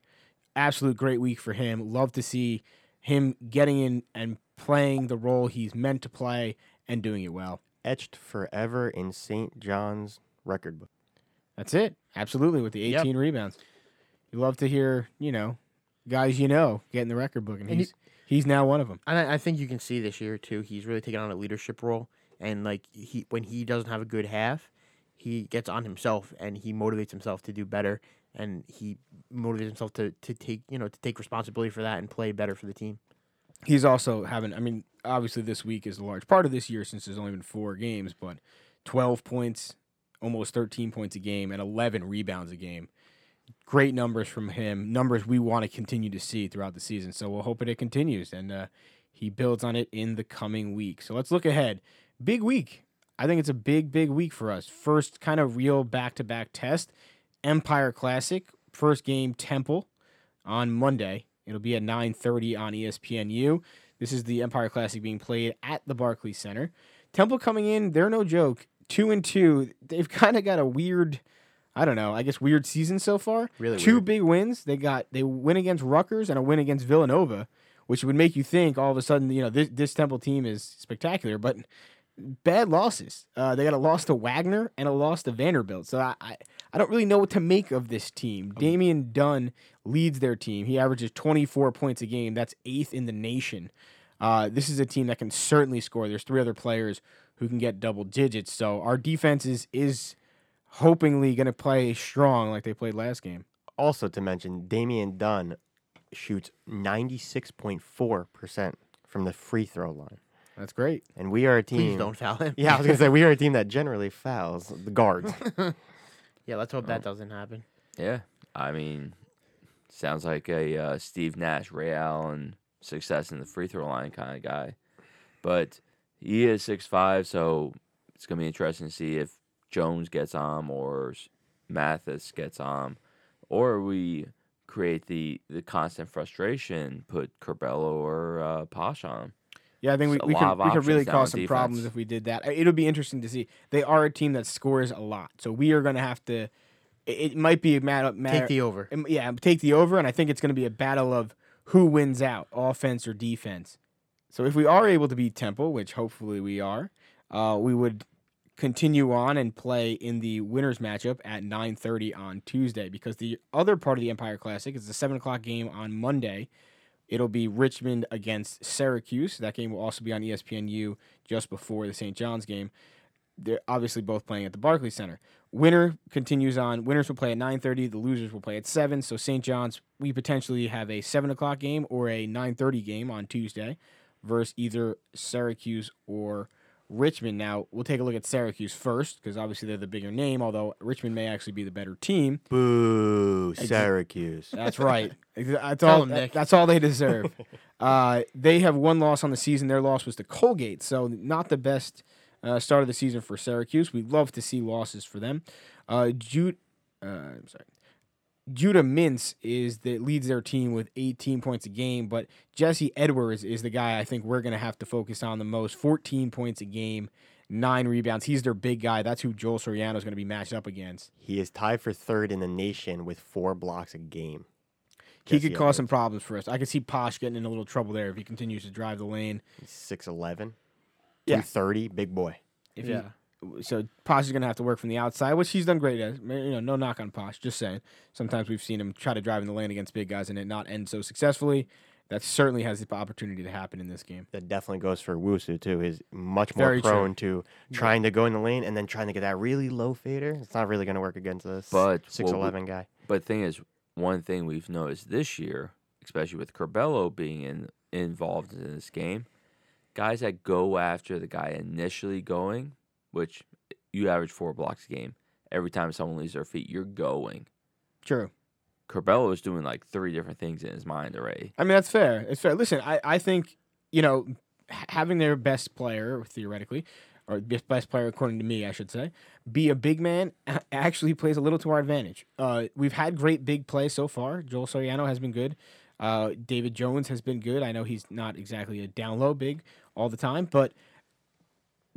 S2: Absolute great week for him. Love to see him getting in and playing the role he's meant to play and doing it well.
S3: Etched forever in St. John's record book.
S2: That's it. Absolutely, with the
S4: Yep.
S2: 18 rebounds. You love to hear, you know, guys you know getting the record book, and,
S4: And you-
S2: he's he's now one of them.
S4: And I, I think you can see this year too. He's really taken on a leadership role, and like he when he doesn't have a good half, he gets on himself and he motivates himself to do better, and he motivates himself to to take you know to take responsibility for that and play better for the team.
S2: He's also having. I mean, obviously, this week is a large part of this year since there's only been four games, but 12 points, almost 13 points a game, and 11 rebounds a game. Great numbers from him. Numbers we want to continue to see throughout the season. So we're hoping it continues, and uh, he builds on it in the coming week. So let's look ahead. Big week. I think it's a big, big week for us. First kind of real back to back test. Empire Classic. First game Temple on Monday. It'll be at 9:30 on E ESPNU. This is the Empire Classic being played at the Barclays Center. Temple coming in, they're no joke. Two and two. They've kind of got a weird, I don't know, I guess weird season so far.
S4: Really
S2: two
S4: weird.
S2: big wins. They got they win against Rutgers and a win against Villanova, which would make you think all of a sudden, you know, this this Temple team is spectacular, but bad losses. Uh, they got a loss to Wagner and a loss to Vanderbilt. So I, I, I don't really know what to make of this
S5: Um,
S2: team. Damian Dunn leads their team. He averages 24 points a game. That's eighth in the nation. Uh, this is a team that can certainly score. There's three other players who can get double digits. So our defense is, is hopingly going to play strong like they played last game.
S3: Also to mention, Damian Dunn shoots ninety six point four percent from the free throw line,
S2: That's great.
S3: and we are a team.
S4: Please don't foul him.
S3: Yeah, I was gonna say we are a team that generally fouls the guards.
S4: yeah. Let's hope that doesn't happen.
S5: yeah, I mean, sounds like a uh, Steve Nash, Ray Allen, success in the free throw line kind of guy. But he is 6'5, so it's going to be interesting to see if Jones gets on or S- Mathis gets on, or we create the, the constant frustration, put Corbello or uh, Posh on.
S2: Yeah, I think we,
S5: It's a
S2: we
S5: lot
S2: could
S5: of
S2: we could
S5: options
S2: really
S5: now
S2: cause
S5: on
S2: some
S5: defense.
S2: problems if we did that. It'll be interesting to see. They are a team that scores a lot, so we are going to have to. It, it might be a matter, matter
S4: Take the over.
S2: Um, yeah, take the over, and I think it's going to be a battle of who wins out, offense or defense. So if we are able to beat Temple, which hopefully we are, uh, we would continue on and play in the winners matchup at 9.30 on tuesday because the other part of the empire classic is the 7 o'clock game on monday it'll be richmond against syracuse that game will also be on E espnu just before the st john's game they're obviously both playing at the barclays center winner continues on winners will play at 9.30 the losers will play at 7 so st john's we potentially have a 7 o'clock game or a 9.30 game on tuesday versus either syracuse or Richmond. Now we'll take a look at Syracuse first because obviously they're the bigger name. Although Richmond may actually be the better team.
S3: Boo, Syracuse.
S2: That's right. That's
S4: Tell
S2: all.
S4: 'em,
S2: that-
S4: Nick.
S2: that's all they deserve. uh, they have one loss on the season. Their loss was to Colgate, so not the best uh, start of the season for Syracuse. We love to see losses for them. Uh, Jude, uh, I'm sorry. Judah Mintz is the leads their team with 18 points a game, but Jesse Edwards is the guy I think we're going to have to focus on the most. 14 points a game, nine rebounds. He's their big guy. That's who Joel Soriano is going to be matched up against.
S3: He is tied for third in the nation with four blocks a game.
S2: he
S3: Jesse
S2: could cause
S3: Edwards.
S2: some problems for us. I could see Posh getting in a little trouble there if he continues to drive the lane.
S3: He's 6'11,
S2: Yeah.
S3: 230, big boy.
S2: If yeah. so Posh is going to have to work from the outside, which he's done great at. Ma- You know, no knock on Posh, just saying. Sometimes we've seen him try to drive in the lane against big guys and it not end so successfully. That certainly has the opportunity to happen in this game.
S3: That definitely goes for Wusu, too. He's much more
S2: Very true.
S3: prone to trying to go in the lane and then trying to get that really low fader. It's not really going to work against a
S5: But what we-
S3: 6'11 guy.
S5: But thing is, one thing we've noticed this year, especially with Corbello being in, involved in this game, guys that go after the guy initially going, which you average four blocks a game. Every time someone leaves their feet, you're going.
S2: True.
S5: Corbello is doing like three different things in his mind already.
S2: I mean, that's fair. It's fair. Listen, I, I think, you know, h- having their best player, theoretically, or best best player according to me, I should say, be a big man a- actually plays a little to our advantage. Uh, we've had great big play so far. Joel Soriano has been good. Uh, David Jones has been good. I know he's not exactly a down low big all the time, but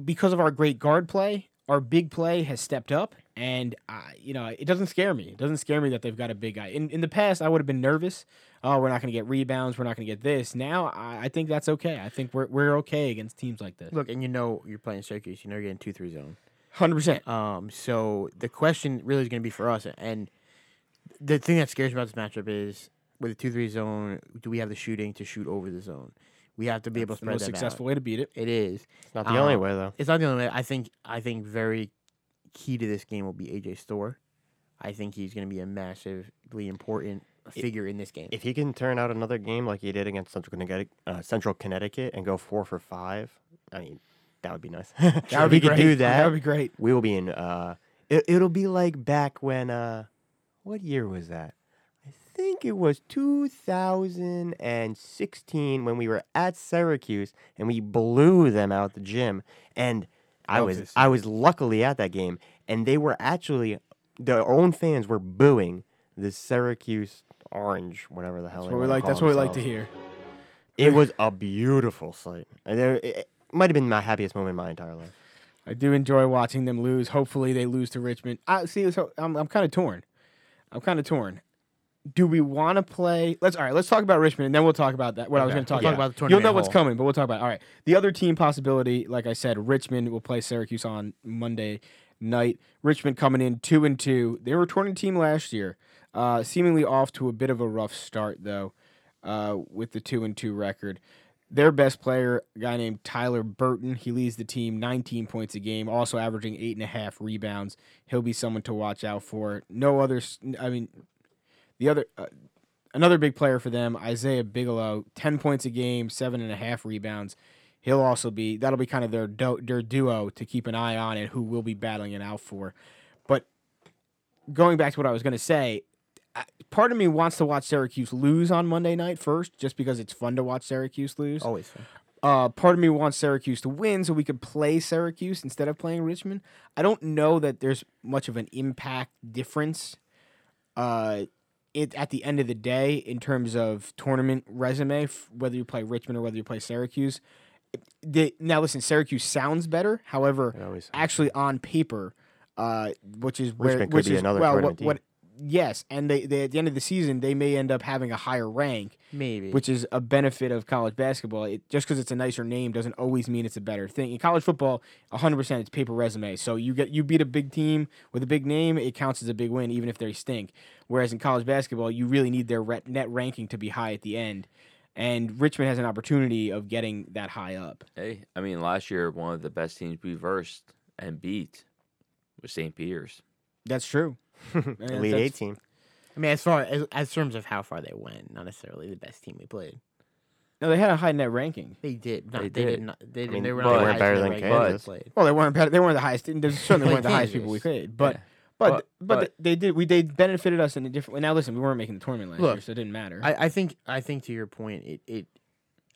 S2: because of our great guard play, our big play has stepped up, and I, you know it doesn't scare me. It doesn't scare me that they've got a big guy. In in the past, I would have been nervous. Oh, we're not going to get rebounds. We're not going to get this. Now, I, I think that's okay. I think we're we're okay against teams like this.
S4: Look, and you know you're playing Syracuse. You know you're getting two three zone.
S2: Hundred percent.
S4: Um, so the question really is going to be for us, and the thing that scares me about this matchup is with the two three zone, do we have the shooting to shoot over the zone? We have to be able to
S2: The
S4: spread
S2: most
S4: them out.
S2: successful way to beat it.
S4: It is.
S3: It's not the only
S4: Um,
S3: way, though.
S4: It's not the only way. I think. I think very key to this game will be AJ Store. I think he's going to be a massively important figure in this game.
S3: If he can turn out another game like he did against Central Connecticut, uh, Central Connecticut and go four for five, I mean, that would be nice. that
S2: That would be great.
S3: Do that.
S2: would be great.
S3: we will be in uh it, it'll be like back when uh what year was that i think it was 2016 when we were at syracuse and we blew them out the gym and i was i was luckily at that game and they were actually their own fans were booing the syracuse orange whatever the hell
S2: That's
S3: they
S2: what we
S3: wanna
S2: like.
S3: call
S2: That's what we like to
S3: themselves.
S2: hear.
S3: it was a beautiful sight And there- it, it might have been my happiest moment in my entire life
S2: I do enjoy watching them lose. Hopefully, they lose to Richmond. I see. So I'm, I'm kind of torn. I'm kind of torn. Do we want to play? Let's all right. Let's talk about Richmond, and then we'll talk about that. What I was
S3: Okay.
S2: going to talk
S4: We'll talk
S2: about.
S4: about the
S2: You'll know
S4: tournament
S2: what's
S4: hall.
S2: coming, but we'll talk about. It. All right. The other team possibility, like I said, Richmond will play Syracuse on Monday night. Richmond coming in two and two. They were a tournament team last year, uh, seemingly off to a bit of a rough start though, uh, with the two and two record. Their best player, a guy named Tyler Burton, he leads the team 19 points a game, also averaging eight and a half rebounds. He'll be someone to watch out for. No other, s- I mean, the other, uh, another big player for them, Isaiah Bigelow, 10 points a game, seven and a half rebounds. He'll also be, that'll be kind of their, do, their duo to keep an eye on and who will be battling it out for. But going back to what I was going to say, I- part of me wants to watch Syracuse lose on Monday night first, just because it's fun to watch Syracuse lose.
S4: Always. fun.
S2: Uh, part of me wants Syracuse to win so we could play Syracuse instead of playing Richmond. I don't know that there's much of an impact difference. Uh, it at the end of the day, in terms of tournament resume, f- whether you play Richmond or whether you play Syracuse. The, now listen, Syracuse sounds better. However,
S3: It always
S2: actually on paper, uh, which is where
S3: Richmond could
S2: which
S3: be
S2: is
S3: another
S2: well, what,
S3: tournament
S2: what yes, and they, they at the end of the season they may end up having a higher rank,
S4: Maybe.
S2: which is a benefit of college basketball. It, just because it's a nicer name doesn't always mean it's a better thing. In college football, 100% it's paper resume. So you get you beat a big team with a big name, it counts as a big win even if they stink. Whereas in college basketball, you really need their re- net ranking to be high at the end. And Richmond has an opportunity of getting that high up.
S5: Hey, I mean, last year one of the best teams we versed and beat was St. Peter's.
S2: That's true. And
S3: Elite
S2: that's-
S3: Eight team.
S4: I mean, as far as, as terms of how far they went, not necessarily the best team we played.
S2: No, they had a high net ranking.
S4: They did. Not,
S5: They
S4: they, did.
S5: did.
S4: not. They, did-
S3: mean,
S4: they were
S5: they
S4: not the
S5: weren't
S4: highest
S3: better
S4: in the
S3: than
S4: ranking we
S5: Kansas.
S4: played.
S2: Well, they weren't better. They weren't the highest. They certainly
S4: Like
S2: weren't the highest people we
S4: Kansas.
S2: played. But
S5: Yeah.
S2: but
S5: But-
S2: but,
S5: but-
S2: they did. We they benefited us in a different. way. Now listen, we weren't making the tournament last year,
S4: Look,
S2: so it didn't matter.
S4: I, I think I think to your point, it it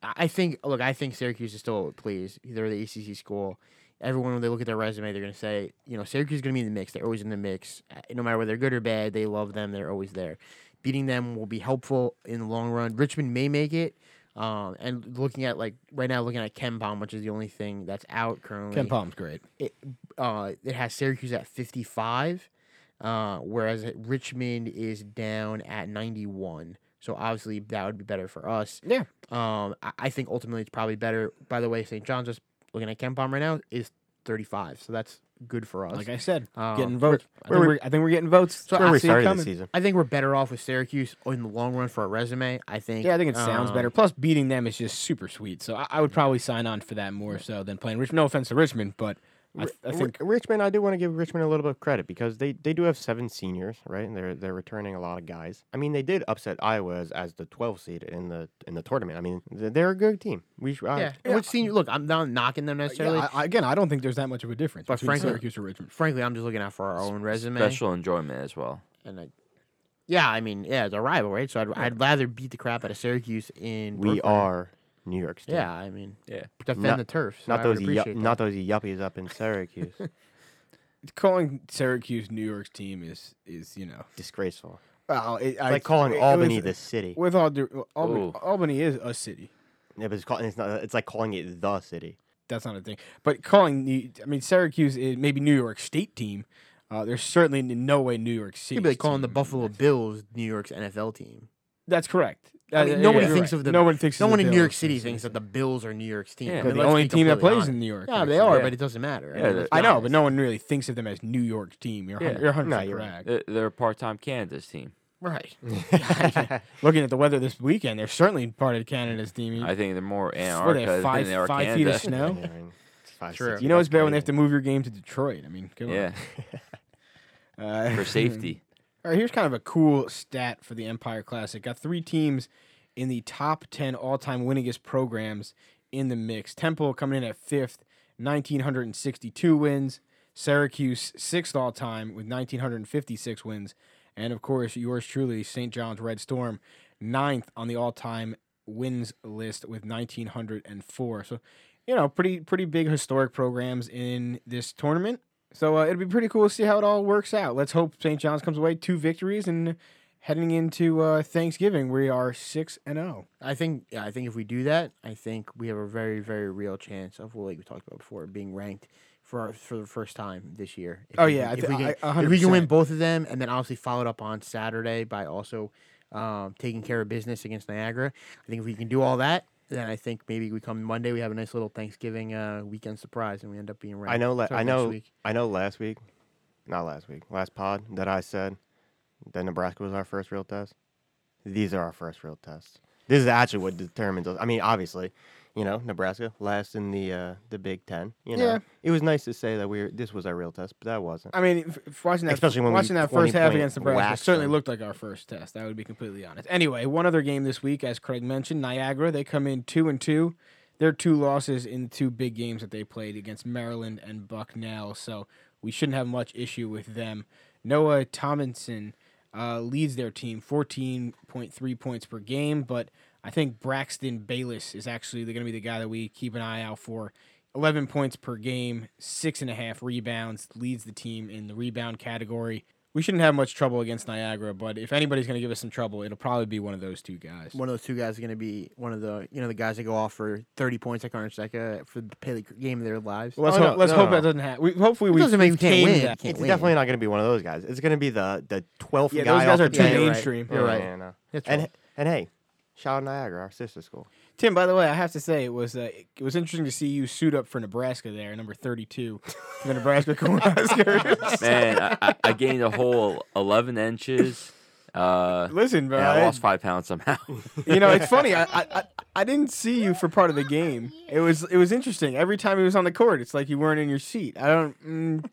S4: I I think look, I think Syracuse is still pleased. They're the ACC school. Everyone when they look at their resume, they're gonna say, you know, Syracuse is gonna be in the mix. They're always in the mix, Uh, no matter whether they're good or bad. They love them. They're always there. Beating them will be helpful in the long run. Richmond may make it. Um, and looking at like right now, looking at Ken Palm, which is the only thing that's out currently
S2: Ken Palm's great.
S4: it uh it has Syracuse at 55 uh whereas it- Richmond is down at 91 so obviously that would be better for us
S2: Yeah.
S4: um I, I think ultimately it's probably better by the way St. John's just looking at Ken Palm right now is 35 so that's good for us
S2: Like I said,
S4: Um,
S2: getting
S4: we're-
S2: votes. I think, we're, I think we're getting votes.
S4: So
S2: I
S3: Where we
S2: see it
S3: started
S2: coming.
S3: this season.
S4: I think we're better off with Syracuse in the long run for our resume I think
S2: Yeah, I think it sounds
S4: um,
S2: better. Plus, beating them is just super sweet. So I, I would probably sign on for that more so than playing Richmond. No offense to Richmond, but I, th- I
S3: Ri-
S2: think
S3: Richmond, I do want to give Richmond a little bit of credit because they, they do have seven seniors, right? And they're they're returning a lot of guys. I mean, they did upset Iowa as, as the 12 seed in the in the tournament. I mean, they're they're a good team. We should, I-
S4: yeah, Which senior, look I'm not knocking them necessarily
S2: Yeah, I, I- again, I don't think there's that much of a difference
S4: But
S2: between
S4: frankly-
S2: Syracuse or Richmond.
S4: frankly I'm just looking out for our own resume
S5: Special enjoyment as well.
S4: and I, yeah, I mean, yeah, it's a rival, right? So I'd, I'd rather beat the crap out of Syracuse in.
S3: we
S4: Brooklyn.
S3: are New York State.
S4: Yeah, I mean,
S5: Yeah.
S4: defend
S3: Not-
S4: the turf. So
S3: Not
S4: I would
S3: those
S4: appreciate
S3: yu-
S4: that.
S3: not those yuppies up in Syracuse.
S2: Calling Syracuse New York's team is is you know
S3: Disgraceful.
S2: well it, I,
S3: Like calling
S2: it- it was-
S3: Albany the city.
S2: With all due, Albany,
S5: Ooh.
S2: Albany is a city.
S3: Yeah, but it's, call, it's not. It's like calling it the city.
S2: That's not a thing. But calling the, I mean, Syracuse is maybe New York State team. Uh, there's certainly in no way New York City.
S4: You'd be like calling the Buffalo Bills New York's NFL team.
S2: That's correct.
S4: I
S2: Uh,
S4: mean,
S2: yeah,
S4: nobody
S2: you're
S4: thinks
S2: right.
S4: of the.
S2: No one thinks.
S4: No
S2: of the
S4: one in New York
S2: Bills.
S4: City thinks that the Bills are New York's team.
S5: Yeah.
S4: I
S2: They're
S5: They're
S4: mean,
S2: the
S4: let's
S2: only
S4: be
S2: team that
S4: completely
S2: plays in
S4: honest.
S2: New York.
S4: Yeah, they
S2: actually.
S4: are,
S5: Yeah.
S4: but it doesn't matter.
S5: Yeah,
S4: mean,
S5: they-
S4: let's be
S2: I know, but
S4: honest.
S2: no one really thinks of them as New York's team. You're,
S5: Yeah.
S2: 100, you're 100%
S3: No, you're right.
S2: correct.
S5: They're, they're a part-time Kansas team.
S4: Right.
S2: Looking at the weather this weekend, they're certainly part of Canada's team.
S5: I think they're more
S2: what are
S5: Antarctica
S2: they, five,
S5: than they are
S2: five feet of
S5: Kansas.
S2: snow?
S3: Five,
S4: True.
S3: six
S2: You know it's bad when they have
S3: feet.
S2: to move your game to Detroit. I mean, come
S5: yeah,
S2: on. Uh,
S5: for safety.
S2: All right, here's kind of a cool stat for the Empire Classic. Got three teams in the top 10 all time winningest programs in the mix. Temple coming in at fifth, 1,962 wins. Syracuse, sixth all time with 1,956 wins. And of course, yours truly, St. John's Red Storm, ninth on the all time wins list with 1,904. So, you know, pretty, pretty big historic programs in this tournament. So uh, it'll be pretty cool to see how it all works out. Let's hope St. John's comes away two victories and heading into uh, Thanksgiving, we are six and oh. zero.
S4: I think yeah, I think if we do that, I think we have a very very real chance of well, like we talked about before being ranked for our, for the first time this year. If
S2: Oh,
S4: we
S2: yeah, I
S4: can- if,
S2: thi-
S4: we
S2: I-
S4: can,
S2: a hundred
S4: if we can win
S2: percent.
S4: both of them, and then obviously followed up on Saturday by also um, taking care of business against Niagara. I think if we can do all that, then I think maybe we come Monday we have a nice little Thanksgiving uh, weekend surprise, and we end up being ranked.
S3: I know. La-
S4: Sorry,
S3: I
S4: next
S3: know.
S4: week.
S3: I know. Last week, not last week, last pod that I said that Nebraska was our first real test. These are our first real tests. This is actually what determines us. I mean, obviously, you know, Nebraska last in the uh, the Big Ten. You know,
S2: Yeah.
S3: it was nice to say that we were, this was our real test, but that wasn't.
S2: I mean, f- f- watching that,
S3: Especially when we
S2: watching that first half
S3: 20-point
S2: against Nebraska
S3: waxed
S2: certainly
S3: them.
S2: looked like our first test. I would be completely honest. Anyway, one other game this week, as Craig mentioned, Niagara. They come in two and two. Their two losses in two big games that they played against Maryland and Bucknell. So we shouldn't have much issue with them. Noah Tomlinson uh, leads their team, fourteen point three points per game, but I think Braxton Bayless is actually going to be the guy that we keep an eye out for. 11 points per game, six and a half rebounds, leads the team in the rebound category. we shouldn't have much trouble against Niagara, but if anybody's going to give us some trouble, it'll probably be one of those two guys.
S4: One of those two guys is going to be one of the you know the guys that go off for thirty points like Arnsteca for the pay- game of their lives.
S2: Well, let's
S3: Oh,
S2: hope,
S3: no,
S2: let's
S3: no,
S2: hope
S3: no.
S2: that doesn't happen. We, hopefully,
S4: It
S2: we
S4: doesn't mean we can't
S2: tamed
S4: win.
S2: that.
S4: Can't
S3: It's
S4: win.
S3: definitely not going to be one of those guys. It's going to be the the twelfth
S2: Yeah,
S3: guy.
S2: those guys
S3: off
S2: are
S3: the
S2: too
S3: bench.
S4: you're right.
S2: mainstream.
S4: You're right.
S3: Yeah, no.
S4: That's
S3: and
S4: right.
S3: and hey, shout out Niagara, our sister school.
S2: Tim, by the way, I have to say it was uh, it was interesting to see you suit up for Nebraska there, number thirty-two, for the Nebraska Cornhuskers.
S5: Man, I, I, I gained a whole 11 inches. Uh,
S2: Listen, bro,
S5: and I
S2: I-
S5: lost five pounds somehow.
S2: you know it's funny. I, I I- I didn't see you for part of the game. It was it was interesting. Every time he was on the court, it's like you weren't in your seat. I don't mm,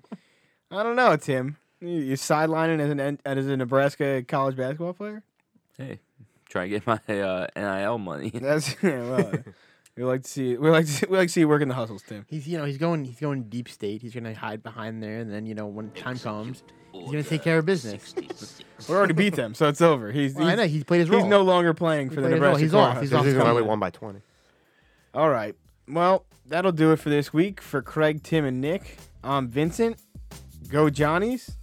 S2: I don't know, Tim. You- You're sidelining as an N- as a Nebraska college basketball player.
S5: hey, trying to get my uh, NIL money.
S2: That's yeah, well, we like to see we like to see, we like to see you working the hustles, Tim.
S4: He's you know he's going he's going deep state. He's going to hide behind there, and then you know when time comes, he's going to take care of business.
S2: We already beat them, so it's over. He's,
S4: Well, I
S2: he's
S4: know he's played his role.
S2: He's no longer playing for the
S4: played his role.
S2: Nebraska.
S4: He's off.
S2: Cornhuskers.
S4: He's
S3: This
S4: off.
S3: is why we
S4: coming.
S3: won by twenty.
S2: All right. Well, that'll do it for this week. For Craig, Tim, and Nick, I'm Vincent. Go Johnnies.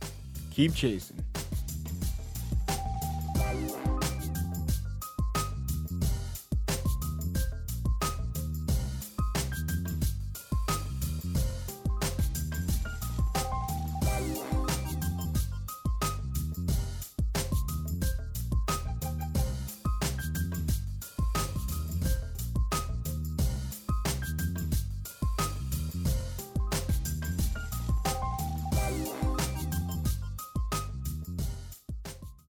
S2: Keep chasing.